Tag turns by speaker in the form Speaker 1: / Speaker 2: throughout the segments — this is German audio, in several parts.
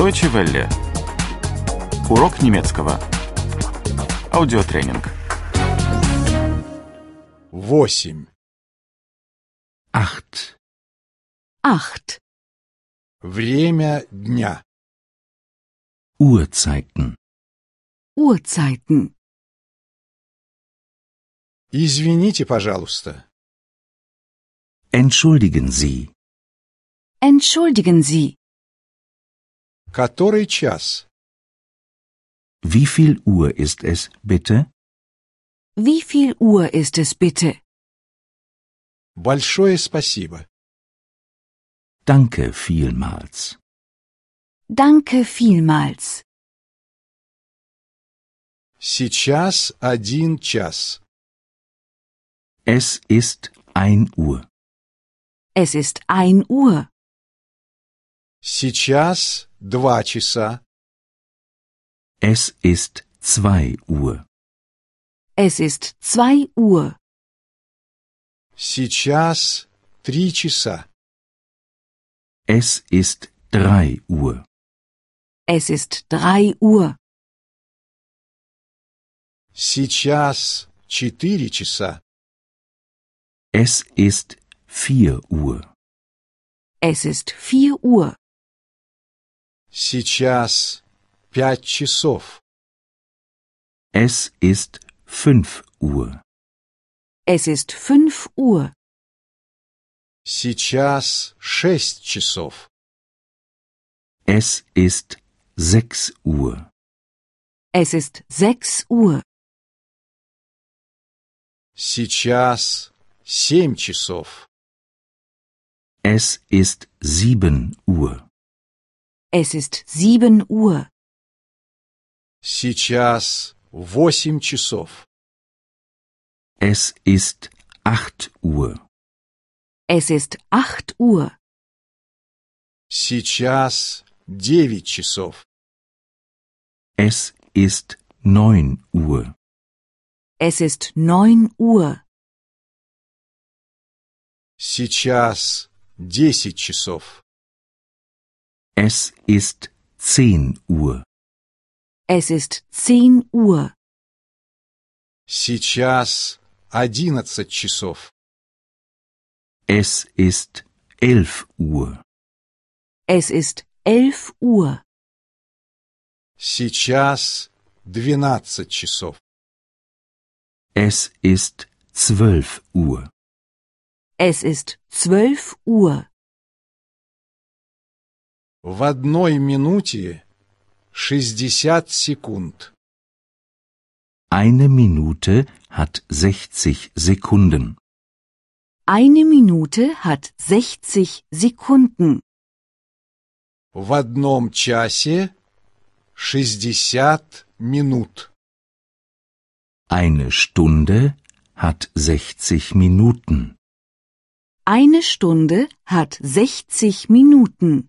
Speaker 1: Deutsche Welle. Урок немецкого. Аудиотренинг.
Speaker 2: 8.
Speaker 3: acht,
Speaker 4: Acht
Speaker 2: Время дня.
Speaker 3: Uhrzeiten,
Speaker 4: Uhrzeiten.
Speaker 2: Извините, пожалуйста.
Speaker 3: entschuldigen Sie,
Speaker 4: Entschuldigen Sie,
Speaker 2: Который час?
Speaker 3: wie viel Uhr ist es bitte?
Speaker 4: wie viel Uhr ist es bitte?
Speaker 2: Большое спасибо.
Speaker 3: Danke vielmals.
Speaker 4: Danke vielmals.
Speaker 2: Сейчас один час.
Speaker 3: Es ist ein Uhr.
Speaker 4: Es ist ein Uhr.
Speaker 2: Сейчас два часа.
Speaker 3: Es ist zwei Uhr.
Speaker 4: Es ist zwei Uhr.
Speaker 2: Сейчас три часа.
Speaker 3: Es ist drei Uhr.
Speaker 4: Es ist drei Uhr.
Speaker 2: Сейчас четыре часа.
Speaker 3: Es ist vier Uhr.
Speaker 4: Es ist vier Uhr.
Speaker 2: Сейчас пять часов.
Speaker 3: Es ist fünf Uhr.
Speaker 4: Es ist fünf Uhr.
Speaker 2: Сейчас шесть часов.
Speaker 3: Es ist sechs Uhr.
Speaker 4: Es ist sechs Uhr.
Speaker 2: Сейчас семь часов.
Speaker 3: Es ist sieben Uhr.
Speaker 4: Es ist sieben Uhr.
Speaker 2: Сейчас восемь часов.
Speaker 3: Es ist acht Uhr.
Speaker 4: Es ist acht Uhr.
Speaker 2: Сейчас девять часов.
Speaker 3: Es ist neun Uhr.
Speaker 4: Es ist neun Uhr.
Speaker 2: Сейчас десять часов.
Speaker 3: Es ist zehn Uhr.
Speaker 4: Es ist zehn Uhr.
Speaker 2: Сейчас одиннадцать часов.
Speaker 3: Es ist elf Uhr.
Speaker 4: Es ist elf Uhr.
Speaker 2: Сейчас двенадцать часов.
Speaker 3: Es ist zwölf Uhr.
Speaker 4: Es ist zwölf Uhr.
Speaker 2: В одной минуте шестьдесят секунд.
Speaker 3: Eine Minute hat 60 Sekunden.
Speaker 4: Eine Minute hat 60 Sekunden.
Speaker 2: В одном часе шестьдесят минут.
Speaker 3: Eine Stunde hat 60 Minuten.
Speaker 4: Eine Stunde hat 60 Minuten.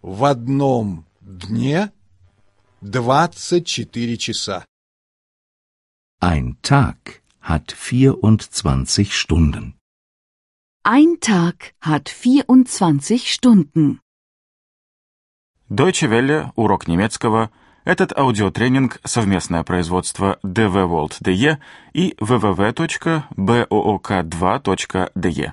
Speaker 2: В одном дне двадцать четыре часа.
Speaker 3: Ein Tag hat 24 Stunden.
Speaker 4: Ein Tag hat 24 Stunden.
Speaker 1: Deutsche Welle. Урок немецкого. Этот аудиотренинг – совместное производство DW World DE и www.book2.de.